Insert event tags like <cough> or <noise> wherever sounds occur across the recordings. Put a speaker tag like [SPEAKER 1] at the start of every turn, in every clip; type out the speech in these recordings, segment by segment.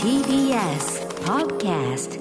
[SPEAKER 1] TBS Podcast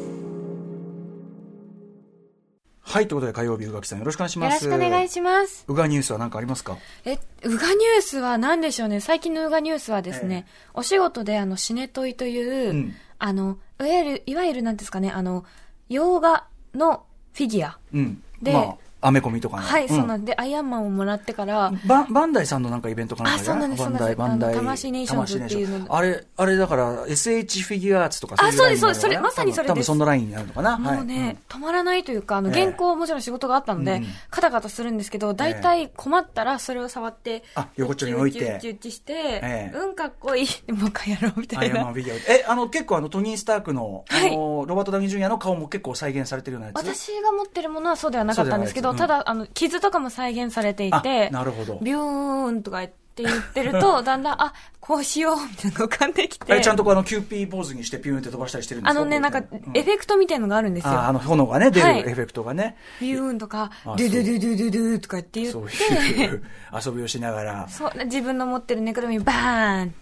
[SPEAKER 2] はい、ということで火曜日、宇垣さんよろしくお願いし
[SPEAKER 3] よ
[SPEAKER 2] ま
[SPEAKER 3] ろ
[SPEAKER 2] す。
[SPEAKER 3] しくお願いします。
[SPEAKER 2] 宇賀ニュースは何かありますか
[SPEAKER 3] え、うがニュースは何でしょうね。最近のうがニュースはですね、お仕事であの、シネトイという、
[SPEAKER 2] うん
[SPEAKER 3] あの、いわゆる、いわゆるなんですかね、あの、洋画のフィギュア。
[SPEAKER 2] うん。
[SPEAKER 3] で
[SPEAKER 2] まあ、アメコミとかね。
[SPEAKER 3] はい、
[SPEAKER 2] ん
[SPEAKER 3] そうなんで、アイアンマンをもらってから、
[SPEAKER 2] バンバンダイさんのなんかイベントかなんかじゃ
[SPEAKER 3] あそうなんです
[SPEAKER 2] バンダイ、
[SPEAKER 3] そう
[SPEAKER 2] バ
[SPEAKER 3] なん
[SPEAKER 2] ン
[SPEAKER 3] です
[SPEAKER 2] ダイ。
[SPEAKER 3] あの魂ネーションズっていう
[SPEAKER 2] 魂ネー
[SPEAKER 3] の
[SPEAKER 2] ションズあれ、あれだから、SH フィギュアーツとかいラ
[SPEAKER 3] あ
[SPEAKER 2] イン
[SPEAKER 3] そう
[SPEAKER 2] になるのかな
[SPEAKER 3] ですそうですそれまさにそれです
[SPEAKER 2] 多分多分そのラインになるのかな。
[SPEAKER 3] もうね、止まらないというか、あの、
[SPEAKER 2] ええ
[SPEAKER 3] 原稿はもちろん仕事があったの
[SPEAKER 2] う
[SPEAKER 3] で
[SPEAKER 2] ん、
[SPEAKER 3] カタカタするんですけど、大体困ったらそれを触って、
[SPEAKER 2] あ横っちょに置いて
[SPEAKER 3] ウッチウッチウッチして、
[SPEAKER 2] ええ
[SPEAKER 3] うん、かっこいい。でもう一回やろう、み
[SPEAKER 2] うん
[SPEAKER 3] <laughs> た
[SPEAKER 2] アイ
[SPEAKER 3] い
[SPEAKER 2] アンマン
[SPEAKER 3] な。
[SPEAKER 2] フィギュア。え、あの、結構あの、トニー・スタークの、あ
[SPEAKER 3] はい
[SPEAKER 2] の、ロバート・ダウニー・ジュニアの顔も結構再現されてるようなやつ。
[SPEAKER 3] 私が持ってるものはそうではなかったんですけど、
[SPEAKER 2] そうではな
[SPEAKER 3] ただ、あの、傷とかも再現されてい
[SPEAKER 2] あ
[SPEAKER 3] て、
[SPEAKER 2] なるほど
[SPEAKER 3] ビューンとか言って言ってると、だんだん、あ、こうしよう、みたいなのが浮かんできて。
[SPEAKER 2] え、ちゃんとこうあの、キューピーポーズにしてピューンって飛ばしたりしてるんです
[SPEAKER 3] あ
[SPEAKER 2] か
[SPEAKER 3] のね、なんか、
[SPEAKER 2] こういうのう
[SPEAKER 3] エフェクトみたいのがあるんです
[SPEAKER 2] ああ
[SPEAKER 3] よ。
[SPEAKER 2] の炎がね、出
[SPEAKER 3] はい
[SPEAKER 2] るエフェクトがね、
[SPEAKER 3] ビューンとか
[SPEAKER 2] あ、
[SPEAKER 3] ドゥドゥドゥドゥドゥドゥとかって言っ
[SPEAKER 2] そうい
[SPEAKER 3] て、
[SPEAKER 2] う <laughs> 遊びをしながら、
[SPEAKER 3] そう、自分の持ってるぬくるみバーン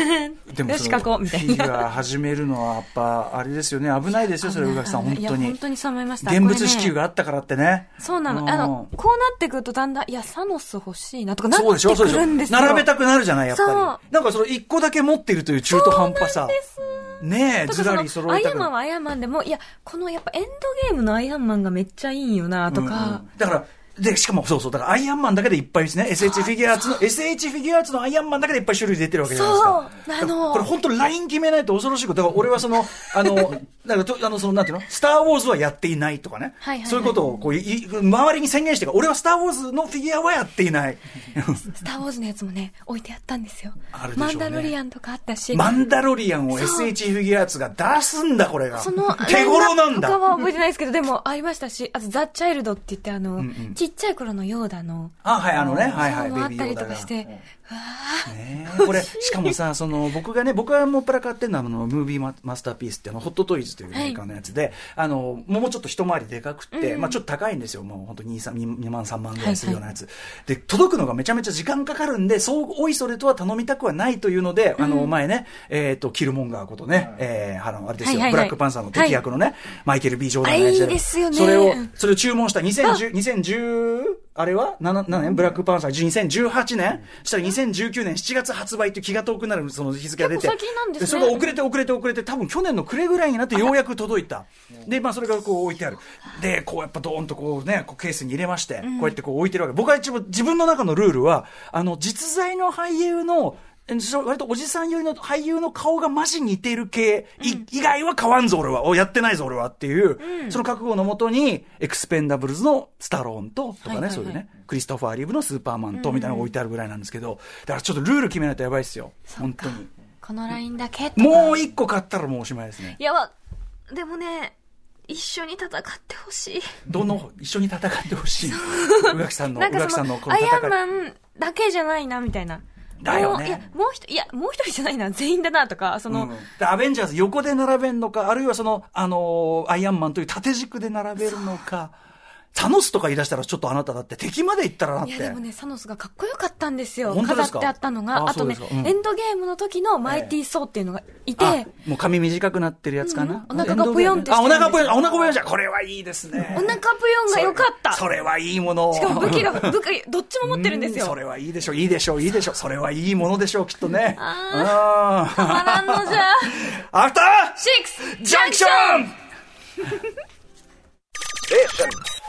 [SPEAKER 3] よ
[SPEAKER 2] そ
[SPEAKER 3] し、書
[SPEAKER 2] の
[SPEAKER 3] こうみたい
[SPEAKER 2] フィギュ
[SPEAKER 3] な。
[SPEAKER 2] ア始めるのはやっぱ、あれですよね、危ないですよ、それ、宇垣さん、本
[SPEAKER 3] いや
[SPEAKER 2] 当に
[SPEAKER 3] 本。当にそう思いました。
[SPEAKER 2] 現物支
[SPEAKER 3] これ
[SPEAKER 2] 給
[SPEAKER 3] ね
[SPEAKER 2] があったからってね。
[SPEAKER 3] そうな
[SPEAKER 2] うん
[SPEAKER 3] の。あの、こうなってくるとだんだん、いや、サノス欲しいなとかなっ
[SPEAKER 2] そうでしょ、
[SPEAKER 3] て
[SPEAKER 2] そ
[SPEAKER 3] く
[SPEAKER 2] うでし
[SPEAKER 3] るんで
[SPEAKER 2] ょ。
[SPEAKER 3] すよ。
[SPEAKER 2] 並べたくなるじゃない、やっ
[SPEAKER 3] そ
[SPEAKER 2] ぱ
[SPEAKER 3] う
[SPEAKER 2] り。なんかその一個だけ持ってるという中途半端さ。ねえ、
[SPEAKER 3] だ
[SPEAKER 2] ず
[SPEAKER 3] からら
[SPEAKER 2] り
[SPEAKER 3] そ
[SPEAKER 2] 揃
[SPEAKER 3] のア
[SPEAKER 2] え
[SPEAKER 3] イ
[SPEAKER 2] た
[SPEAKER 3] ア
[SPEAKER 2] く
[SPEAKER 3] ンマ
[SPEAKER 2] な
[SPEAKER 3] ン
[SPEAKER 2] る。
[SPEAKER 3] はアイアンマンでも、いや、このやっぱエンドゲームのアイアンマンがめっちゃいいんよなとか、
[SPEAKER 2] うんだから、で、しかもそうそう、だからアイアンマンだけでいっぱいですね。SH フィギュアーツの、SH フィギュアーツのアイアンマンだけでいっぱい種類出てるわけじゃないですか。
[SPEAKER 3] そうなの
[SPEAKER 2] これ本当ライン決めないと恐ろしいこと。だから俺はその、あ
[SPEAKER 3] <laughs>
[SPEAKER 2] の、なんかと、あの、その、なんていうのスターウォーズはやっていないとかね。
[SPEAKER 3] はいはいはい
[SPEAKER 2] そういうことを、こうい、い周りに宣言してから、俺はスターウォーズのフィギュアはやっていない。
[SPEAKER 3] スター・ウォーズのやつもね、置いてあったんですよ。
[SPEAKER 2] あるでしょう
[SPEAKER 3] マ
[SPEAKER 2] ね
[SPEAKER 3] ンダロリアンとかあったし、
[SPEAKER 2] マンダロリアンを
[SPEAKER 3] そう
[SPEAKER 2] SH フィギュアーツが出すんだ、これが。
[SPEAKER 3] そ <laughs> の、
[SPEAKER 2] 手頃なんだ
[SPEAKER 3] 他。は覚えてないですけど、でもありましたし、あとザ・チャイルドって言って、あの、
[SPEAKER 2] んうん
[SPEAKER 3] ちっちゃい頃のヨーダの、
[SPEAKER 2] あ、はい、あのね、はいは
[SPEAKER 3] そう
[SPEAKER 2] い、
[SPEAKER 3] もあったりと
[SPEAKER 2] ヨーダ
[SPEAKER 3] か
[SPEAKER 2] が
[SPEAKER 3] して、
[SPEAKER 2] ねえこれ、しかも
[SPEAKER 3] <laughs>
[SPEAKER 2] さ、その、僕がね、僕はもっぱら買ってるのは、あの、ムービーママスターピースって、あの、ホットトイズというメーカーのやつで、あの、もうちょっと一回りでかくって、まあちょっと高いんですよ。もう本当に2、3 2万、3万ぐらいするようなやつ、で、届くのがめちゃめちゃ時間かかるんで、そう、おいそれとは頼みたくはないというので、あの、前ね、えっ、と、キルモンガーことね、えー、あの、あれですよ、
[SPEAKER 3] はいはいはい
[SPEAKER 2] ブラックパンサーの敵役のね、マイケル・ B ・ジョーダンのやつ
[SPEAKER 3] あいいですよね
[SPEAKER 2] それを、それを注文した2010、2010あれは7何年ブラックパンサー、2018年、そしたら2019年7月発売っていう気が遠くなるその日付が出て、
[SPEAKER 3] 結構先なんですね
[SPEAKER 2] それが遅れて遅れて遅れて、多分去年の暮れぐらいになってようやく届いた。で、まあそれがこう置いてある。で、こうやっぱドーンとこうね、こうケースに入れまして、こうやってこう置いてるわけ。僕は一応自分の中のルールは、あの、実在の俳優の、えそう割とおじさん寄りの俳優の顔がマジ似てる系、い以外は変わんぞ俺は、おやってないぞ俺はっていう、その覚悟のもとに、エクスペンダブルズのスタローンと、とかね、
[SPEAKER 3] はいはいはい
[SPEAKER 2] そういうね、クリストファー・リーブのスーパーマンとみたいなのが置いてあるぐらいなんですけど、だからちょっとルール決めないとやばいっすよ。本当に。
[SPEAKER 3] このラインだけとか
[SPEAKER 2] もう一個買ったらもうおしまいですね。
[SPEAKER 3] いやわでもね、一緒に戦ってほしい。
[SPEAKER 2] どの、一緒に戦ってほしい。宇垣さんの、
[SPEAKER 3] な
[SPEAKER 2] 宇
[SPEAKER 3] んか
[SPEAKER 2] 垣さ
[SPEAKER 3] そ
[SPEAKER 2] んの
[SPEAKER 3] の
[SPEAKER 2] こ、の
[SPEAKER 3] アイ
[SPEAKER 2] 戦い。
[SPEAKER 3] アンマンだけじゃないな、みたいな。
[SPEAKER 2] だよね
[SPEAKER 3] もういや、もう一人、いや、もう一人じゃないな、全員だな、とか、その、
[SPEAKER 2] うんでアベンジャーズ横で並べるのか、あるいはその、あのーアイアンマンという縦軸で並べるのか、タノスとか言い出したらちょっとあなただって敵まで行ったらなっ
[SPEAKER 3] い
[SPEAKER 2] て。
[SPEAKER 3] やでもね、サノスがかっこよかったんですよ。
[SPEAKER 2] 本当
[SPEAKER 3] 飾
[SPEAKER 2] で
[SPEAKER 3] っ
[SPEAKER 2] すか
[SPEAKER 3] てあったのが、
[SPEAKER 2] あ
[SPEAKER 3] あとね
[SPEAKER 2] そうですかうん
[SPEAKER 3] エンドゲームの時のマイティー・ソーっていうのがいて、
[SPEAKER 2] あもう髪短くなってるやつかな。
[SPEAKER 3] うんお腹がぽよんってし
[SPEAKER 2] あ、
[SPEAKER 3] てる
[SPEAKER 2] お
[SPEAKER 3] んですよ
[SPEAKER 2] 腹ぽよん、あお腹ぽよんじゃん。これはいいですね。
[SPEAKER 3] お腹ぷよんがよかった。
[SPEAKER 2] それはいいものを。
[SPEAKER 3] しかも武器が、武器、どっちも持ってるんです
[SPEAKER 2] うそ
[SPEAKER 3] よ。
[SPEAKER 2] れはいいでしょう、いいでしょう、いいでしょう。それはいいものでしょう、きっとね。
[SPEAKER 3] あたまらんのじゃ。
[SPEAKER 2] うん。アフター
[SPEAKER 3] 6!
[SPEAKER 2] ジャンクション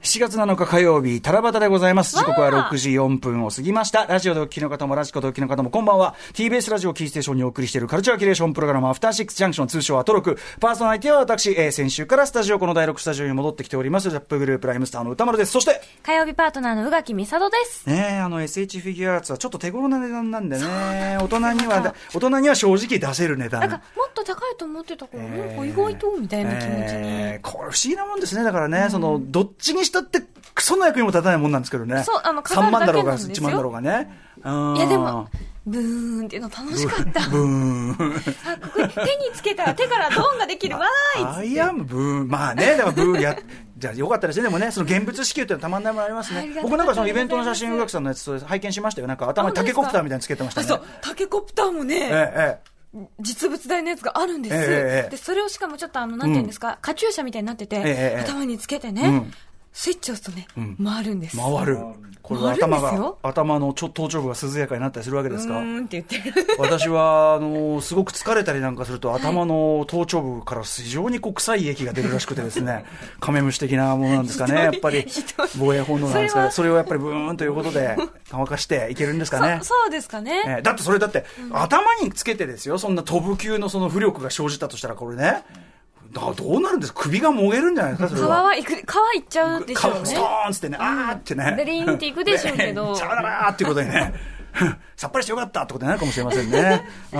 [SPEAKER 2] 7月7日火曜日、タラバタでございます。時刻は
[SPEAKER 3] わあ
[SPEAKER 2] 6時4分を過ぎました。ラジオでお聞きの方も、ラジコでお聞きの方も、こんばんは。TBS ラジオをキーステーションにお送りしているカルチャーキュレーションプログラム、アフターシックスジャンクション、通称アトロク。パーソナリティは私、えー先週からスタジオ、この第6スタジオに戻ってきております。ジャップグループライムスターの歌丸です。そして、
[SPEAKER 3] 火曜日パートナーの宇垣美里です。
[SPEAKER 2] ねえ、あの SH フィギュアーツはちょっと手頃な値段なんでね、大人にはだ、大人には正直出せる値段。
[SPEAKER 3] なんか、もっと高いと思ってたから、なんか意外と、みたいな気持ちに。
[SPEAKER 2] えーこれ不思議なもんですね。だからね、その、どっちにしたって、クソの役にも立たないもんなんですけどね。
[SPEAKER 3] そうあの飾
[SPEAKER 2] 3
[SPEAKER 3] る
[SPEAKER 2] 万
[SPEAKER 3] だ
[SPEAKER 2] だ
[SPEAKER 3] け
[SPEAKER 2] ろう
[SPEAKER 3] な
[SPEAKER 2] んが、
[SPEAKER 3] ですよ
[SPEAKER 2] 1万だろうがね。い
[SPEAKER 3] いやでも、ブーンっていうの楽しかった。
[SPEAKER 2] ブーン。
[SPEAKER 3] あ、
[SPEAKER 2] <laughs>
[SPEAKER 3] ここに手につけたら手からドーンができる。わーいっつって
[SPEAKER 2] アイアンブーン。まあね、だからブーンや、じゃあよかったですね、でもね、その現物支給っていうのはたまんないものあります
[SPEAKER 3] あり
[SPEAKER 2] ね
[SPEAKER 3] が。とう
[SPEAKER 2] 僕なんかその
[SPEAKER 3] ご
[SPEAKER 2] イ
[SPEAKER 3] ざ
[SPEAKER 2] ベ
[SPEAKER 3] い
[SPEAKER 2] ン
[SPEAKER 3] ます
[SPEAKER 2] トの写真、宇垣さんのやつそれ拝見しましたよ。なんか頭に
[SPEAKER 3] あ本当
[SPEAKER 2] タ
[SPEAKER 3] で
[SPEAKER 2] ケ
[SPEAKER 3] すか
[SPEAKER 2] コプターみたいにつけてました
[SPEAKER 3] あ
[SPEAKER 2] ね。
[SPEAKER 3] そう、タケコプターもね、
[SPEAKER 2] えええ
[SPEAKER 3] 実物大のやつがあるんです、
[SPEAKER 2] ええええ
[SPEAKER 3] でそれをしかもちょっとあのなんていうんですか、カチューシャみたいになってて、
[SPEAKER 2] ええ
[SPEAKER 3] 頭につけてね、
[SPEAKER 2] うん
[SPEAKER 3] スイッチを押すとね、回るんです
[SPEAKER 2] え回る。これは
[SPEAKER 3] 回るんで
[SPEAKER 2] 頭
[SPEAKER 3] す
[SPEAKER 2] が
[SPEAKER 3] よ、
[SPEAKER 2] 頭のちょ頭頂部が涼やかになったりするわけです
[SPEAKER 3] う
[SPEAKER 2] か
[SPEAKER 3] ーんって言ってる
[SPEAKER 2] 私は、あのすごく疲れたりなんかすると、頭の頭頂部から非常にこう臭い液が出るらしくてです
[SPEAKER 3] <laughs>
[SPEAKER 2] ね、カメムシ的なものなんですかね、やっぱり
[SPEAKER 3] ひどい、
[SPEAKER 2] 防衛本能なんですか
[SPEAKER 3] それ
[SPEAKER 2] ね
[SPEAKER 3] は
[SPEAKER 2] それをやっぱりブーンということで、乾かしていけるんですかね
[SPEAKER 3] <laughs> そ。そうですかね、
[SPEAKER 2] えーだってそれだって、頭につけてですよ、そんな飛ぶ級のその浮力が生じたとしたら、これね、だどうなるんですか、首がもげるんじゃないですか、それ
[SPEAKER 3] 皮
[SPEAKER 2] は。
[SPEAKER 3] はいく皮いっちゃうでしょう
[SPEAKER 2] ス
[SPEAKER 3] ね
[SPEAKER 2] トーンっつってね、あーってね。
[SPEAKER 3] でリーンっていくでしょうけど
[SPEAKER 2] さよならーっていうことにね。 <laughs> さっぱりしてよかったってことになるかもしれません
[SPEAKER 3] <laughs>
[SPEAKER 2] ね。うん。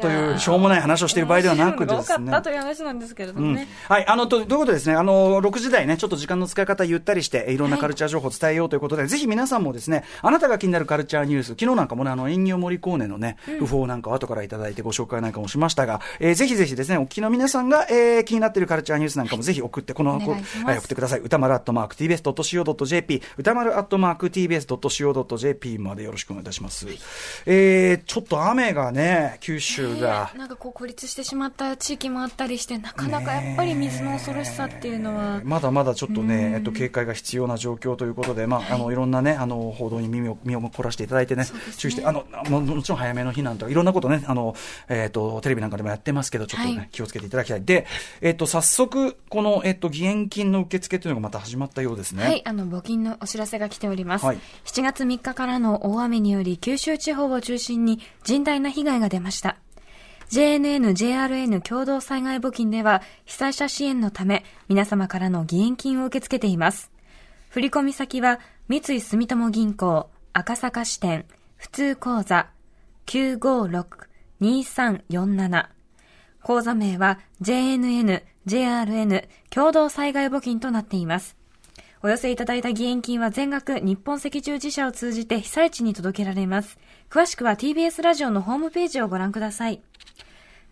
[SPEAKER 2] という、しょうもない話をしている場合ではなくです
[SPEAKER 3] 面白いの
[SPEAKER 2] ね
[SPEAKER 3] が多かった。という話なんですけれどもね、
[SPEAKER 2] はい、あの、と、ということでですね、あの、6時台ね、ちょっと時間の使い方ゆったりして、えいろんなカルチャー情報を伝えようということで、ぜひ皆さんもですね、あなたが気になるカルチャーニュース、昨日なんかもね、あの、遠慮モリコーネのね、訃報なんかを後からいただいてご紹介なんかもしましたが、えーぜひぜひですね、お聞きの皆さんが、えー気になっているカルチャーニュースなんかもぜひ送って、この、
[SPEAKER 3] お願いします
[SPEAKER 2] はい送ってください。歌丸アットマーク tbs.co.jp、歌丸アットマーク tbs.co.jp までよろしくお願いいたします。えーちょっと雨がね、九州が
[SPEAKER 3] ね、なんかこう孤立してしまった地域もあったりしてなかなかやっぱり水の恐ろしさっていうのは、
[SPEAKER 2] まだまだちょっとね、えっと、警戒が必要な状況ということで、まあ、あのいろんな、ね、あの報道に耳を身を凝らしていただいてね、注意してあのも、もちろん早めの避難とか、いろんなことねあの、えっと、テレビなんかでもやってますけど、ちょっと、ね
[SPEAKER 3] はい
[SPEAKER 2] 気をつけていただきたい、で、えっと、早速、この、えっと、義援金の受付というのがまた始まったようですね。
[SPEAKER 3] はい、あの、募金のお知らせが来ております。
[SPEAKER 2] はい
[SPEAKER 3] 7月3日からの大雨により、九州地方を中心に甚大な被害が出ました。JNN、JRN 共同災害募金では、被災者支援のため、皆様からの義援金を受け付けています。振込先は、三井住友銀行、赤坂支店、普通口座、956-2347。口座名は JNN、JRN 共同災害募金となっています。お寄せいただいた義援金は全額日本赤十字社を通じて被災地に届けられます。詳しくは TBS ラジオのホームページをご覧ください。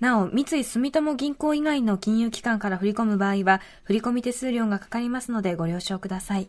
[SPEAKER 3] なお、三井住友銀行以外の金融機関から振り込む場合は、振込手数料がかかりますのでご了承ください。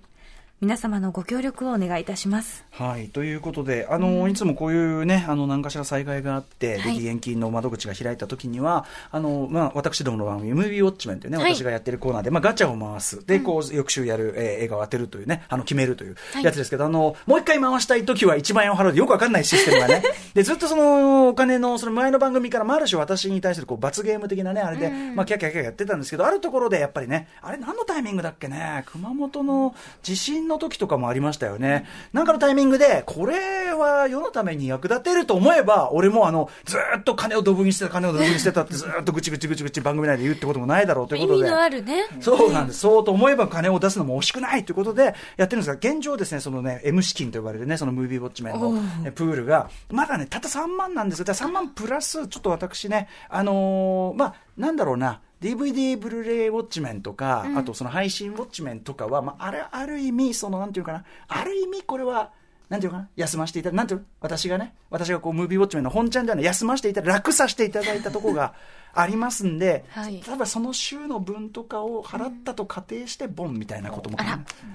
[SPEAKER 3] 皆様のご協力をお願いいたします。
[SPEAKER 2] はい、ということで、あの、いつもこういうね、あの、何かしら災害があって、で
[SPEAKER 3] はい
[SPEAKER 2] 義援金の窓口が開いたときには、あの、まあ、私どもの番組、MB ウォッチメンというね、
[SPEAKER 3] はい
[SPEAKER 2] 私がやってるコーナーで、まあ、ガチャを回す。で、こう、翌週やる、えー映画を当てるというね、あの、決めるという
[SPEAKER 3] はい
[SPEAKER 2] やつですけど、あの、もう一回回したいときは1万円を払うで、よくわかんないシステムが
[SPEAKER 3] <laughs>
[SPEAKER 2] ね。で、ずっとその、お金の、その前の番組から、まあ、ある種私に対する、こう、罰ゲーム的なね、あれで、まあ、キャッキャッキャッキャやってたんですけど、あるところで、やっぱりね、あれ、何のタイミングだっけね、熊本の地震の時とかもありましたよね。なんかのタイミングで、これは世のために役立てると思えば、俺もあの、ずーっと金をドブにしてた、金をドブにしてたって、ずーっとぐちぐちぐちぐち番組内で言うってこともないだろうという
[SPEAKER 3] 意
[SPEAKER 2] こと
[SPEAKER 3] 味
[SPEAKER 2] で。
[SPEAKER 3] のあるね。
[SPEAKER 2] そうなんです。そうと思えば金を出すのも惜しくないということでやってるんですが、現状ですね、そのね、M 資金と呼ばれるね、そのムービーウォッチメンのえプールが、まだね、たった3万なんですよ。だから3万プラス、ちょっと私ね、あのーまあ、なんだろうな、DVD ブルーレイウォッチメンとか、あとその配信ウォッチメンとかは、まあ、あれ、ある意味、その、なんていうかな、ある意味これは、なんていうのかな休ませていただなんていうの私がね、私がこう、ムービーウォッチメンの本ちゃんではない、休ませていただ楽させていただいたところがありますんで、
[SPEAKER 3] はい
[SPEAKER 2] 例えばその週の分とかを払ったと仮定して、ボンみたいなことも考え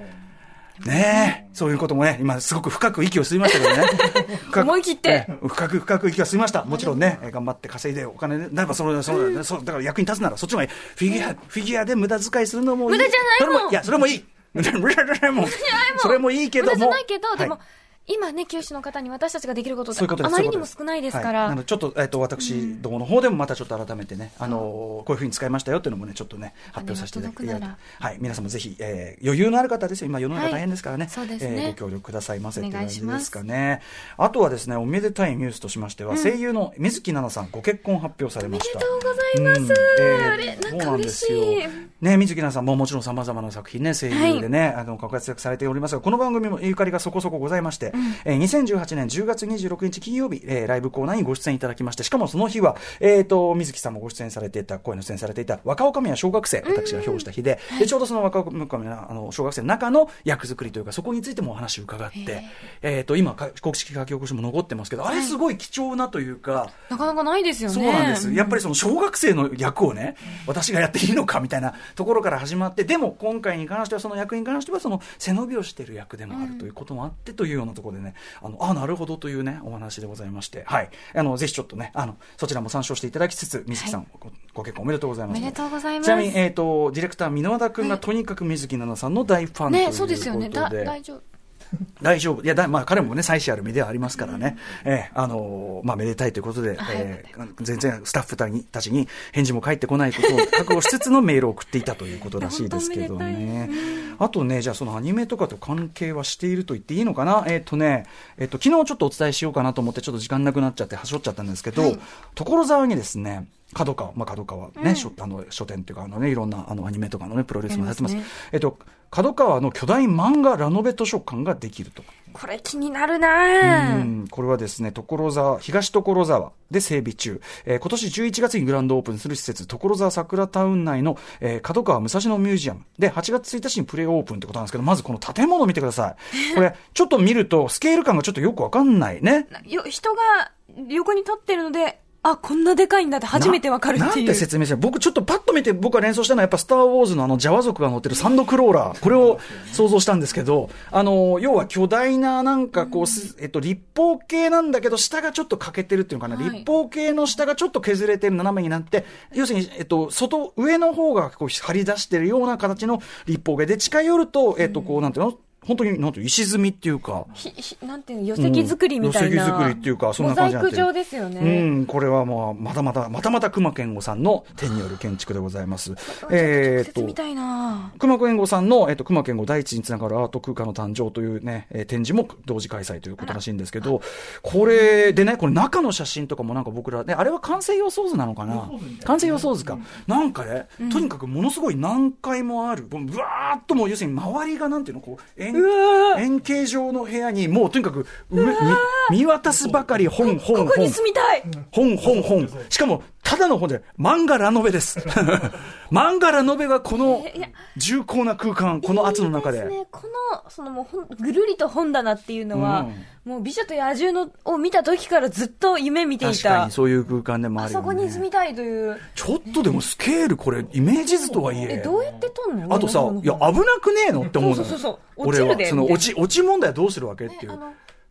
[SPEAKER 2] ねえ、そういうこともね、今すごく深く息を吸いましたけど
[SPEAKER 3] <laughs>
[SPEAKER 2] ね。深く
[SPEAKER 3] 思い切って。
[SPEAKER 2] ええ深く深く息を吸いました。もちろんね、え頑張って稼いでお金ね、だからそれ、それ、そう、だから役に立つなら、そっちの方がいい。フィギュア、フィギュアで無駄遣いするのもいい。
[SPEAKER 3] 無駄じゃない
[SPEAKER 2] そ
[SPEAKER 3] もん
[SPEAKER 2] れいや、それも
[SPEAKER 3] <laughs>
[SPEAKER 2] いい。無駄じゃないもん。それもいいけども。
[SPEAKER 3] 無駄じゃないけど、でも、
[SPEAKER 2] はい
[SPEAKER 3] 今ね、九州の方に私たちができることって
[SPEAKER 2] そういうことで
[SPEAKER 3] あ
[SPEAKER 2] す
[SPEAKER 3] まり
[SPEAKER 2] そう
[SPEAKER 3] に
[SPEAKER 2] いうこと
[SPEAKER 3] も
[SPEAKER 2] す
[SPEAKER 3] 少ないですか
[SPEAKER 2] は
[SPEAKER 3] ら。
[SPEAKER 2] なのでちょっと、えっと、私どもの方でもまたちょっと改めてね、あのこういうふうに使いましたよっていうのもね、ちょっとね、発表させていただきたい
[SPEAKER 3] お金が
[SPEAKER 2] と
[SPEAKER 3] 届く
[SPEAKER 2] はい、皆さんもぜひ、えー余裕のある方ですよ、今、世の中
[SPEAKER 3] はい
[SPEAKER 2] 大変ですからね、
[SPEAKER 3] そうですね
[SPEAKER 2] えーご協力くださいませってい
[SPEAKER 3] お
[SPEAKER 2] う
[SPEAKER 3] 願
[SPEAKER 2] 感
[SPEAKER 3] いし
[SPEAKER 2] じ
[SPEAKER 3] ます
[SPEAKER 2] ですかね。あとはですね、おめでたいニュースとしましては、声優の水木奈々さん、ご結婚発表されました。
[SPEAKER 3] おめでとうございますあれなんか
[SPEAKER 2] そうですよ
[SPEAKER 3] 嬉しい
[SPEAKER 2] ね、水木奈々さんももちろんさまざまな作品ね、声優でね、あの、ご活躍されておりますが、この番組もゆかりがそこそこございまして、えー2018年10月26日金曜日、えーライブコーナーにご出演いただきまして、しかもその日は、えっ、と、水木さんもご出演されていた、声の出演されていた、若女将や小学生、私が評した日で、でちょうどその若女将やあの小学生の中の役作りというか、そこについてもお話を伺って、えっ、と、今、か国式書き起こしも残ってますけど、あれすごい貴重なというか、
[SPEAKER 3] なかなかないですよね。
[SPEAKER 2] そうなんです。やっぱりその小学生の役をね、私がやっていいのかみたいなところから始まって、でも今回に関しては、その役に関しては、その背伸びをしている役でもあるということもあって、というようなところでね、あの、あ、なるほどというね、お話でございまして、はい。あの、ぜひちょっとね、あの、そちらも参照していただきつつ、水木さん、ごご結婚おめでとうございます。
[SPEAKER 3] おめでとうございます
[SPEAKER 2] ちなみに、えっ、と、ディレクター、箕輪田君がとにかく水木奈々さんの大ファンということで。
[SPEAKER 3] ね、そうですよね。だ、大丈夫。
[SPEAKER 2] 大丈夫、いやだまあ、彼もね、妻子ある身ではありますからね、ええあのーまあ、めでたいということで、
[SPEAKER 3] はい
[SPEAKER 2] ええ全然スタッフたちたちに返事も返ってこないことを覚悟しつつのメールを送っていたということらしいですけど
[SPEAKER 3] 本当おめ
[SPEAKER 2] ね、あとね、じゃあ、そのアニメとかと関係はしていると言っていいのかな、えっ、とね、えっと昨日ちょっとお伝えしようかなと思って、ちょっと時間なくなっちゃって、はしょっちゃったんですけど、所沢にですね、角川、まあ、角川ね、書あの書店っていうか、あのね、いろんなあのアニメとかのね、プロレスもやってます。
[SPEAKER 3] やりま
[SPEAKER 2] えっと、角川の巨大漫画ラノベ図書館ができると。
[SPEAKER 3] これ気になるな
[SPEAKER 2] う
[SPEAKER 3] ぁ
[SPEAKER 2] んこれはですね、所沢、東所沢で整備中、えー今年11月にグランドオープンする施設、所沢桜タウン内の、えー角川武蔵野ミュージアムで8月1日にプレイオープンってことなんですけど、まずこの建物見てください。これ、ちょっと見ると、スケール感がちょっとよくわかんないね。
[SPEAKER 3] よ、人が横に立ってるので、あ、こんなでかいんだって初めてわかる
[SPEAKER 2] な
[SPEAKER 3] って
[SPEAKER 2] なん
[SPEAKER 3] い
[SPEAKER 2] て
[SPEAKER 3] う。
[SPEAKER 2] 説明した僕ちょっとパッと見て僕が連想したのはやっぱスターウォーズのあのジャワ族が乗ってるサンドクローラー、これを想像したんですけど、あの、要は巨大ななんかこうす、えっと、立方形なんだけど下がちょっと欠けてるっていうのかな、
[SPEAKER 3] はい
[SPEAKER 2] 立方形の下がちょっと削れてる斜めになって、要するに、えっと、外、上の方がこう張り出してるような形の立方形で近寄ると、えっと、こうなんていうの本当に、なんていうの石積みっていうか。
[SPEAKER 3] ひひなんていうの、寄席作りみたいな。
[SPEAKER 2] うん寄席作りっていうかそんな感じにな
[SPEAKER 3] モ
[SPEAKER 2] って
[SPEAKER 3] ザイ
[SPEAKER 2] る
[SPEAKER 3] ク状ですよね。
[SPEAKER 2] うん、これはもう、またまた、またまた熊健吾さんの手による建築でございます。
[SPEAKER 3] え
[SPEAKER 2] えー
[SPEAKER 3] っと。直接見たいなぁ
[SPEAKER 2] 熊健吾さんの、えっと、熊健吾第一につながるアート空間の誕生というね、えー展示も同時開催ということらしいんですけど、これでね、これ中の写真とかもなんか僕ら、ね、あれは完成予想図なのかな完成予想図か。なんかね、とにかくものすごい何回もある、もうぶわーっともう要するに周りがなんていうの、こう、円円形状の部屋に、もうとにかく上見見渡すばかり本、本、
[SPEAKER 3] ここに
[SPEAKER 2] 本。
[SPEAKER 3] 住みたい
[SPEAKER 2] 本、本、本。しかも、ただの本で、漫画ラノベです。漫画ラノベがこの
[SPEAKER 3] いや
[SPEAKER 2] 重厚な空間、この圧の中
[SPEAKER 3] いいす
[SPEAKER 2] で。
[SPEAKER 3] ね、この、そのもうほん、ぐるりと本棚っていうのは、もう美女と野獣のを見た時からずっと夢見てい
[SPEAKER 2] 確か
[SPEAKER 3] た
[SPEAKER 2] に。そういう空間でもあ
[SPEAKER 3] あ
[SPEAKER 2] る
[SPEAKER 3] そ
[SPEAKER 2] よ
[SPEAKER 3] こに住
[SPEAKER 2] ね。
[SPEAKER 3] みたいという。
[SPEAKER 2] ちょっとでもスケール、これ、イメージ図とはい
[SPEAKER 3] え、
[SPEAKER 2] え。
[SPEAKER 3] どうやって撮んの
[SPEAKER 2] あとさ、いや、、危なくねえのって思うのよ。
[SPEAKER 3] そうそうそうそう落
[SPEAKER 2] 俺
[SPEAKER 3] ちる
[SPEAKER 2] は
[SPEAKER 3] で、
[SPEAKER 2] その
[SPEAKER 3] みたいな
[SPEAKER 2] 落ち、落ち問題はどうするわけって
[SPEAKER 3] ね
[SPEAKER 2] い
[SPEAKER 3] あ
[SPEAKER 2] う。
[SPEAKER 3] の、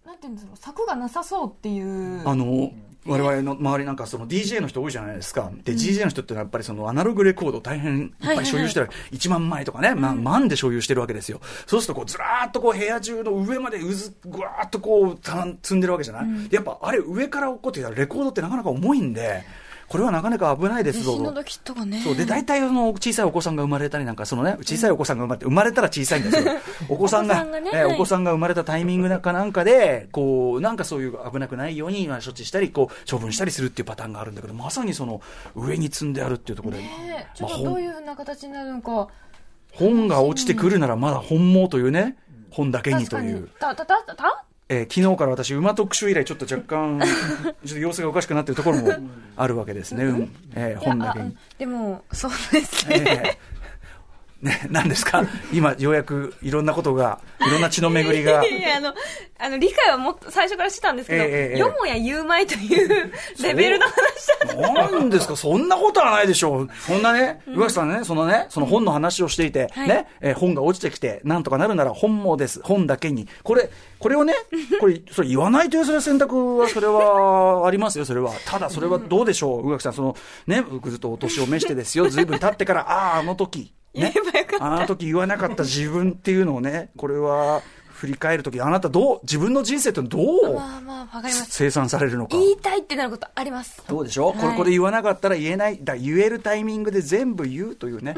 [SPEAKER 3] なんていうんですか、柵がなさそうっていう。
[SPEAKER 2] あの、我々の周りなんかその DJ の人多いじゃないですか。で、DJ の人ってのはやっぱりそのアナログレコードを大変いっぱい所有してるわけ。1万枚とかね、まあ万で所有してるわけですよ。そうするとこうずらーっとこう部屋中の上までうず、ぐわーっとこうたん積んでるわけじゃない、でやっぱあれ上から落っこってきたらレコードってなかなか重いんで、これはなかなか危ないです
[SPEAKER 3] 地
[SPEAKER 2] ぞ。
[SPEAKER 3] 震の時とかね。
[SPEAKER 2] そうで大体あの小さいお子さんが生まれたりなんか、そのね小さいお子さんが生まれて、生まれたら小さいんです
[SPEAKER 3] <laughs>
[SPEAKER 2] けど、お子さん
[SPEAKER 3] お子
[SPEAKER 2] が
[SPEAKER 3] さんがね
[SPEAKER 2] え
[SPEAKER 3] はい
[SPEAKER 2] ーお子さんが生まれたタイミングなんかなんかで、こうなんかそういう危なくないようにまあ処置したり、こう処分したりするっていうパターンがあるんだけど、まさにその上に積んであるっていうところで、
[SPEAKER 3] ねえちょ
[SPEAKER 2] ま
[SPEAKER 3] っ
[SPEAKER 2] あ
[SPEAKER 3] とどういうふうな形になるのか。
[SPEAKER 2] 本本が落ちてくるなら、まだ本望というね、本だけに
[SPEAKER 3] 確
[SPEAKER 2] と
[SPEAKER 3] か
[SPEAKER 2] い
[SPEAKER 3] に
[SPEAKER 2] う。。
[SPEAKER 3] た、た、た、た
[SPEAKER 2] えー昨日から私、馬特集以来、ちょっと若
[SPEAKER 3] <laughs>
[SPEAKER 2] 干、ちょっと様子がおかしくなってるところもあるわけですね、うんえー
[SPEAKER 3] いや
[SPEAKER 2] 本だ
[SPEAKER 3] あ
[SPEAKER 2] けに。
[SPEAKER 3] でも、そうですね。
[SPEAKER 2] ねえ、ね、何ですか今、ようやくいろんなことが、いろんな血の巡りが。
[SPEAKER 3] <laughs> いやあの、あの、理解はもっと最初からしてたんですけど、
[SPEAKER 2] ええええ
[SPEAKER 3] よもや言うまいという <laughs> レベルの話だった。
[SPEAKER 2] なんですかそんなことはないでしょう。そんなね、宇垣さんね、そのね、その本の話をしていて、
[SPEAKER 3] はい
[SPEAKER 2] ね、えー本が落ちてきて、なんとかなるなら本もです。本だけに。これ、これを <laughs> ね、これ、それ言わないというそれは選択は、それはありますよ、それは。ただ、それはどうでしょう宇垣さん、その、ね、僕ずっとお年を召して <laughs> ですよ。随分経ってから、ああ、あの時。ね、あの時言わなかった自分っていうのをね、これは、振り返るとき、あなたどう、自分の人生ってどう
[SPEAKER 3] まあまあ、わかります。
[SPEAKER 2] 生産されるのか。
[SPEAKER 3] 言いたいってなることあります。
[SPEAKER 2] どうでしょう、こ
[SPEAKER 3] は
[SPEAKER 2] れ
[SPEAKER 3] い
[SPEAKER 2] これ言わなかったら言えないだ言えるタイミングで全部言うという
[SPEAKER 3] <laughs>
[SPEAKER 2] ね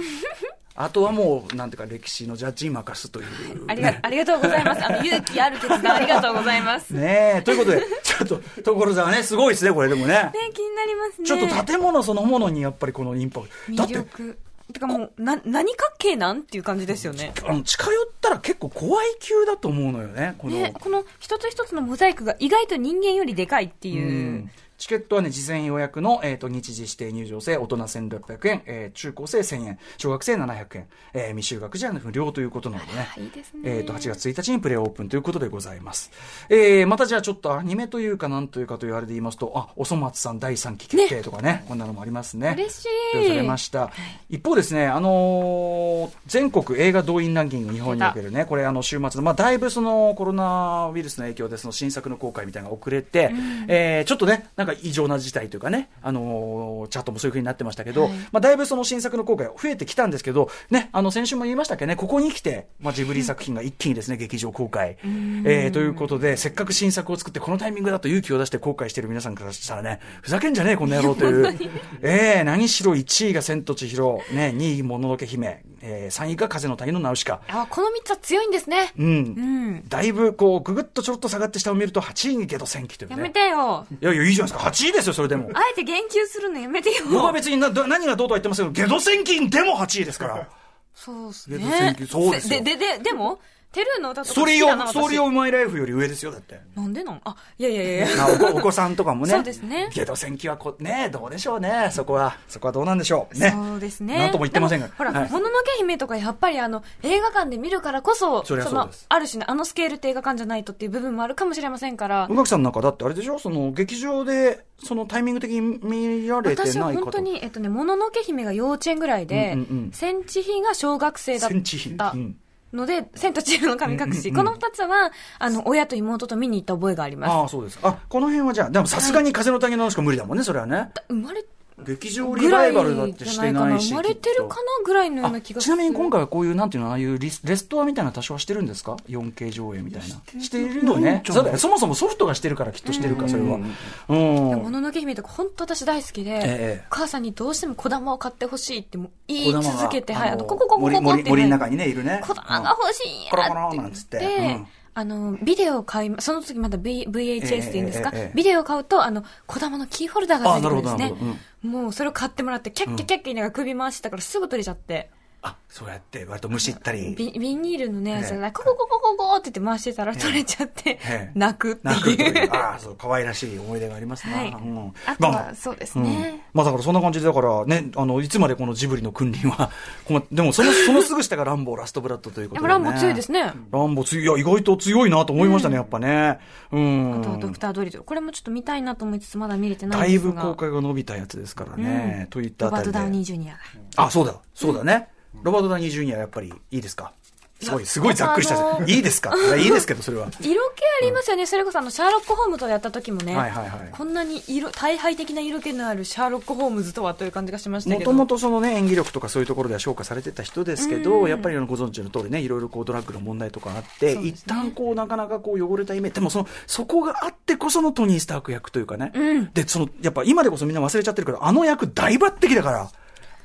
[SPEAKER 2] あとはもうなんていうか歴史のジャッジに任すと
[SPEAKER 3] <laughs>
[SPEAKER 2] いう
[SPEAKER 3] ありが、ありがとうございます。あの、勇気ある決断ありがとうございます。ね
[SPEAKER 2] ねえということでちょっと所沢ねすごいですねこれでもね
[SPEAKER 3] 気になりますね。
[SPEAKER 2] ちょっと建物そのものにやっぱりこのインパクトだっ
[SPEAKER 3] 魅
[SPEAKER 2] て
[SPEAKER 3] 力。てかもう、な、何関係なんっていう感じですよね。
[SPEAKER 2] あの近寄ったら結構怖い級だと思うのよねこの
[SPEAKER 3] ね、この一つ一つのモザイクが意外と人間よりでかいって
[SPEAKER 2] う。
[SPEAKER 3] いうん
[SPEAKER 2] チケットはね、事前予約の、えっ、と、日時指定入場制、大人1600円、えー中高生1000円、小学生700円、えー未就学児は不良ということなのでね。
[SPEAKER 3] いいですね
[SPEAKER 2] えっ、と、8月1日にプレイオープンということでございます。えー、またじゃあちょっとアニメというかなんというかというあれで言いますと、あ、おそ松さん第3期決定とかね、こんなのもありますね。
[SPEAKER 3] 嬉しい
[SPEAKER 2] 発表されました。一方ですね、あのー全国映画動員ランキング日本におけるね、これあの週末の、まあだいぶそのコロナウイルスの影響でその新作の公開みたいなのが遅れて、えーちょっとね、なんか異常な事態というかね、あのーチャットもそういう風になってましたけど、まあだいぶその新作の公開増えてきたんですけど、ね、あの先週も言いましたっけどね、ここに来て、まあジブリ作品が一気にですね、劇場公開。えー <laughs> ということで、せっかく新作を作ってこのタイミングだと勇気を出して後悔してる皆さんからしたらね、ふざけんじゃねえ、この野郎という。えー、何しろ1位が千と千尋、ね、2位もののけ姫、えー、3位が風の谷のナウシカ。
[SPEAKER 3] あ、この3つは強いんですね。
[SPEAKER 2] うん。
[SPEAKER 3] うん。
[SPEAKER 2] だいぶ、こう、ぐぐっとちょろっと下がって下を見ると、8位にゲド戦記というね。
[SPEAKER 3] やめてよ。
[SPEAKER 2] いやいや、いいじゃないですか。8位ですよ、それでも。
[SPEAKER 3] あえて言及するのやめてよ。
[SPEAKER 2] 僕は別になど何がどうとは言ってませんけど、ゲド戦記でも8位ですから。
[SPEAKER 3] そうです
[SPEAKER 2] いや
[SPEAKER 3] ね
[SPEAKER 2] 選。挙そうですよ
[SPEAKER 3] で、で、でも、テルーの歌とか
[SPEAKER 2] スト
[SPEAKER 3] 好
[SPEAKER 2] ーリ
[SPEAKER 3] きだ
[SPEAKER 2] ー
[SPEAKER 3] な
[SPEAKER 2] を、ストーリー
[SPEAKER 3] 私
[SPEAKER 2] をマイライフより上ですよ、だ
[SPEAKER 3] <laughs>
[SPEAKER 2] って。
[SPEAKER 3] なんでなんあ、いやいやいやいや。
[SPEAKER 2] まあお子お子さんとかもね。
[SPEAKER 3] そうですね
[SPEAKER 2] ゲド戦記はこ、ね、どうでしょうね。そこは、そこはどうなんでしょう。ね。
[SPEAKER 3] そうですね。
[SPEAKER 2] なんとも言ってませんが
[SPEAKER 3] でもほら、
[SPEAKER 2] はい
[SPEAKER 3] もののけ姫とかやっぱりあの、映画館で見るからこそ、
[SPEAKER 2] そりゃそう
[SPEAKER 3] の
[SPEAKER 2] です、
[SPEAKER 3] ある種のあのスケールって映画館じゃないとっていう部分もあるかもしれませんから
[SPEAKER 2] 宇、垣さんなんかだってあれでしょその劇場でそのタイミング的に見られてない
[SPEAKER 3] 私は
[SPEAKER 2] 方
[SPEAKER 3] 本当に、えっとね、もののけ姫が幼稚園ぐらいで、
[SPEAKER 2] うんうんうん
[SPEAKER 3] 千千尋が小学生だっ
[SPEAKER 2] 千千尋
[SPEAKER 3] た
[SPEAKER 2] うん
[SPEAKER 3] ので、千と千尋の神隠し、
[SPEAKER 2] うんうんうん
[SPEAKER 3] この二つは、あの、親と妹と見に行った覚えがあります。
[SPEAKER 2] ああそうですかあこの辺はじゃあでもさすがに風の谷のしか無理だもんねそれはね
[SPEAKER 3] 生まれ
[SPEAKER 2] 劇場リ
[SPEAKER 3] ぐ
[SPEAKER 2] バ
[SPEAKER 3] ら
[SPEAKER 2] イ
[SPEAKER 3] いじ
[SPEAKER 2] バ
[SPEAKER 3] ゃ
[SPEAKER 2] ルだってしてないし
[SPEAKER 3] ないかな生まれてるかなぐらいのような
[SPEAKER 2] あ
[SPEAKER 3] 気が
[SPEAKER 2] ちなみに今回はこういうなんていうのああいうリスレストアみたいなの多少はしてるんですか 4K 上映みたいなしてるよねそうだよそもそもソフトがしてるからきっとしてるかそれはうん
[SPEAKER 3] もののけ姫とか本当私大好きで、
[SPEAKER 2] ええ
[SPEAKER 3] お母さんにどうしても小玉を買ってほしいってもう言
[SPEAKER 2] 小
[SPEAKER 3] い
[SPEAKER 2] 玉
[SPEAKER 3] 続
[SPEAKER 2] が
[SPEAKER 3] けて、はい、あ
[SPEAKER 2] あの
[SPEAKER 3] の、ここここここ
[SPEAKER 2] 森
[SPEAKER 3] こっ
[SPEAKER 2] 森
[SPEAKER 3] て、
[SPEAKER 2] 森の中にねいるね
[SPEAKER 3] 小玉が欲しいんや
[SPEAKER 2] コロコロ
[SPEAKER 3] って
[SPEAKER 2] なんつって
[SPEAKER 3] 言って
[SPEAKER 2] うん
[SPEAKER 3] あの、ビデオを買い、その時まだ、v、VHS っていうんですか、
[SPEAKER 2] ええええええ
[SPEAKER 3] ビデオを買うと、あの、小玉のキーホルダーがついてくるんです
[SPEAKER 2] あな
[SPEAKER 3] ね
[SPEAKER 2] るほどなる。
[SPEAKER 3] もうそれを買ってもらって、キャッキャッキャッキャ言いながら首回してたからすぐ取れちゃって、
[SPEAKER 2] あそうやって割とむしったり
[SPEAKER 3] ビビニールのね、
[SPEAKER 2] え
[SPEAKER 3] それで、ここここここって言って回してたら取れちゃって
[SPEAKER 2] ええ、
[SPEAKER 3] 泣くって
[SPEAKER 2] 泣くと
[SPEAKER 3] い
[SPEAKER 2] いう
[SPEAKER 3] う。
[SPEAKER 2] ああそう可愛らしい思い出がありますね、
[SPEAKER 3] はい
[SPEAKER 2] うん
[SPEAKER 3] あと
[SPEAKER 2] まあ
[SPEAKER 3] は、そうですね。
[SPEAKER 2] まあだからそんな感じで、だからね、あの、いつまでこのジブリの君臨は、 <laughs> このでもその、そのすぐ下がランボーラストブラッドということで、
[SPEAKER 3] でも
[SPEAKER 2] ね。
[SPEAKER 3] ランボー強いですね。
[SPEAKER 2] ランボー強い、いや、意外と強いなと思いましたね、やっぱね。うん。
[SPEAKER 3] あとはドクタードリトル。これもちょっと見たいなと思いつつ、まだ見れてな
[SPEAKER 2] だ
[SPEAKER 3] いんで
[SPEAKER 2] い
[SPEAKER 3] すが。
[SPEAKER 2] ぶ公開が伸びたやつですからね。といった
[SPEAKER 3] ロ
[SPEAKER 2] あた
[SPEAKER 3] バー
[SPEAKER 2] り
[SPEAKER 3] ト・ダウニー・
[SPEAKER 2] で。
[SPEAKER 3] ジュニアが。
[SPEAKER 2] あ、そうだ、そうだね。ロバート・ダウニー・ジュニア、やっぱりいいですかすごい、すごいざっくりした
[SPEAKER 3] あ
[SPEAKER 2] や
[SPEAKER 3] の
[SPEAKER 2] つ。いいですかいやいいですけど、それは。
[SPEAKER 3] 色気ありますよね。それこそあの、シャーロック・ホームズとやった時もね、
[SPEAKER 2] はいはいはい
[SPEAKER 3] こんなに色、大敗的な色気のあるシャーロック・ホームズとはという感じがしました
[SPEAKER 2] も
[SPEAKER 3] け
[SPEAKER 2] と
[SPEAKER 3] ど。
[SPEAKER 2] もとそのね演技力とかそういうところでは評価されてた人ですけど、やっぱりあのご存知の通りねいろいろこうドラッグの問題とかあって、一旦こうなかなかこう汚れたイメージでもそのそこがあってこそのトニー・スターク役というかね、でそのやっぱ今でこそみんな忘れちゃってるけどあの役大抜擢だから。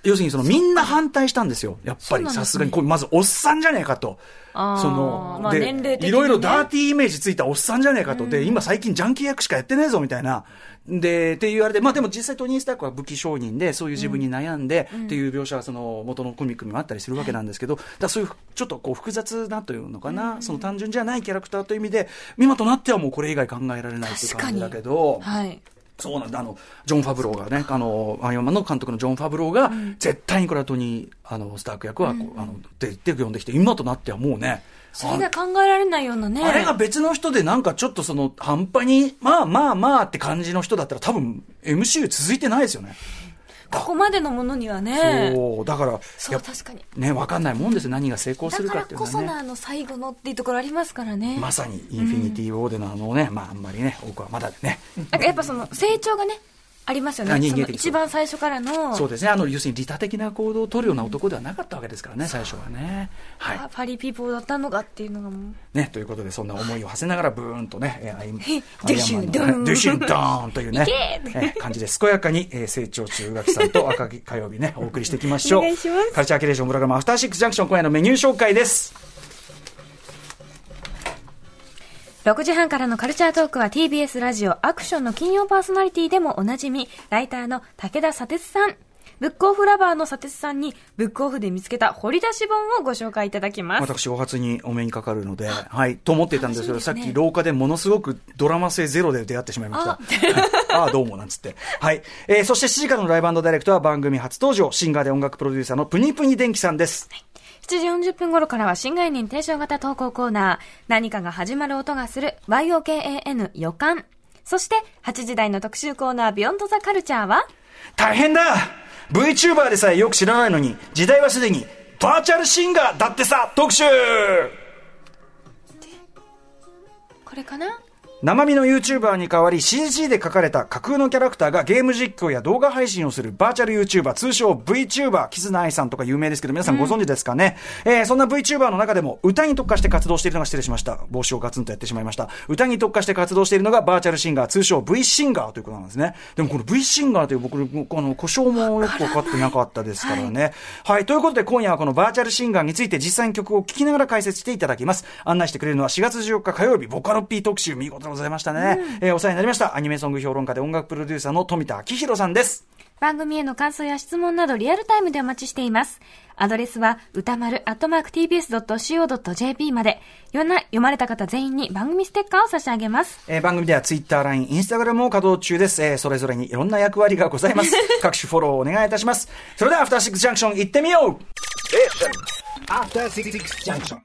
[SPEAKER 2] 要するにそのみんな反対したんですよ、やっぱ
[SPEAKER 3] そうな
[SPEAKER 2] り
[SPEAKER 3] んですね
[SPEAKER 2] さすがに、これまずおっさんじゃねえかと、
[SPEAKER 3] あー
[SPEAKER 2] その
[SPEAKER 3] まあ
[SPEAKER 2] で
[SPEAKER 3] 年齢的にね
[SPEAKER 2] いろいろダーティーイメージついたおっさんじゃねえかと、で今、最近、ジャンキー役しかやってねえぞみたいな、でっていうあれで、まあ、でも実際、トニー・スタークは武器商人で、そういう自分に悩んで、っていう描写はその元のコミックにもあったりするわけなんですけど、だからそういうちょっとこう複雑なというのかな、その単純じゃないキャラクターという意味で、今となってはもうこれ以外考えられないっていう
[SPEAKER 3] 確か
[SPEAKER 2] 感じ
[SPEAKER 3] に
[SPEAKER 2] だけど。
[SPEAKER 3] はい。
[SPEAKER 2] そうなんだ、あの、ジョン・ファブローがね、あの、アイアンマンの監督のジョン・ファブローが、絶対にこれはトニー、あの、スターク役は、こうあの、で、で、呼んできて、今となってはもうね、
[SPEAKER 3] それが考えられないようなね。
[SPEAKER 2] あれが別の人でなんかちょっとその半端に、まあまあまあって感じの人だったら多分 MCU 続いてないですよね。
[SPEAKER 3] ここまでのものにはね。
[SPEAKER 2] そう、だから、
[SPEAKER 3] そう
[SPEAKER 2] やっぱ
[SPEAKER 3] 確かに。
[SPEAKER 2] ね、わかんないもんですよ何が成功す
[SPEAKER 3] だ
[SPEAKER 2] る
[SPEAKER 3] か
[SPEAKER 2] からっていう
[SPEAKER 3] こ
[SPEAKER 2] の
[SPEAKER 3] そ
[SPEAKER 2] はね
[SPEAKER 3] の。あの、最後のっていうところありますからね。
[SPEAKER 2] まさにインフィニティ・ウォーでのあのね、まああんまりね、僕はまだね、
[SPEAKER 3] なんかやっぱその、成長がね、ありますよ
[SPEAKER 2] あ人
[SPEAKER 3] ね。そ
[SPEAKER 2] 間
[SPEAKER 3] の
[SPEAKER 2] 的
[SPEAKER 3] 一番最初からの、
[SPEAKER 2] そうですね、あの、要するに利他的な行動を取るような男ではなかったわけですからね、最初はね。はい。
[SPEAKER 3] あパリピーポーだったのがっていうのがもう。
[SPEAKER 2] ね、ということで、そんな思いを馳せながら、ブーンとね、えーアイアン
[SPEAKER 3] ドゥシュンドゥーン
[SPEAKER 2] アイアマのねドゥシュンドーンというね
[SPEAKER 3] いけ、
[SPEAKER 2] えー感じで健やかに、えー成長中、宇垣さんと赤木火曜日
[SPEAKER 3] <laughs>
[SPEAKER 2] ね、お送りしていきましょう。
[SPEAKER 3] お願いします
[SPEAKER 2] カルチャーキュレーションプログラム、アフターシックスジャンクション、今夜のメニュー紹介です。
[SPEAKER 3] 6時半からのカルチャートークは TBS ラジオアクションの金曜パーソナリティでもおなじみ、ライターの武田砂鉄さん。ブックオフラバーの砂鉄さんに、ブックオフで見つけた掘り出し本をご紹介いただきます。
[SPEAKER 2] 私、お初にお目にかかるので、はい、と思っていたんですけど、
[SPEAKER 3] 楽し
[SPEAKER 2] さっ
[SPEAKER 3] みですね
[SPEAKER 2] き廊下でものすごくドラマ性ゼロで出会ってしまいました。 <laughs> ああ、どうも、なんつって。はい。えーそして7時からのライブダイレクトは番組初登場、シンガーで音楽プロデューサーのプニプニ電気さんです。
[SPEAKER 3] 7時40分頃からは新概念提唱型投稿コーナー、何かが始まる音がする YOKAN 予感。そして、8時台の特集コーナー、ビヨンドザカルチャーは、
[SPEAKER 2] 大変だ !VTuber でさえよく知らないのに、時代はすでにバーチャルシンガーだってさ特集
[SPEAKER 3] これかな
[SPEAKER 2] 生身の YouTuber に代わり CG で描かれた架空のキャラクターがゲーム実況や動画配信をするバーチャル YouTuber 通称 VTuber キズナアイさんとか有名ですけど皆さんご存知ですかね、えーそんな VTuber の中でも歌に特化して活動しているのが失礼しました帽子をガツンとやってしまいました歌に特化して活動しているのがバーチャルシンガー通称 V シンガーということなんですねでもこの V シンガーという僕あの故障もよく分かってなかったですからねはい、ということで今夜はこのバーチャルシンガーについて実際に曲を聴きながら解説していただきます案内してくれるのは4月14日火曜日ボカロ P 特集見事でございましたね、えーお世話になりましたアニメソング評論家で音楽プロデューサーの富田明宏さんです
[SPEAKER 3] 番組への感想や質問などリアルタイムでお待ちしています。アドレスは歌丸 @tbs.co.jp まで読な読まれた方全員に番組ステッカーを差し上げます。
[SPEAKER 2] えー番組ではツイッター、LINE、インスタグラムも稼働中です、えーそれぞれにいろんな役割がございます <laughs> 各種フォローをお願いいたしますそれではアフターシックスジャンクション行ってみよう
[SPEAKER 4] After Six Junction.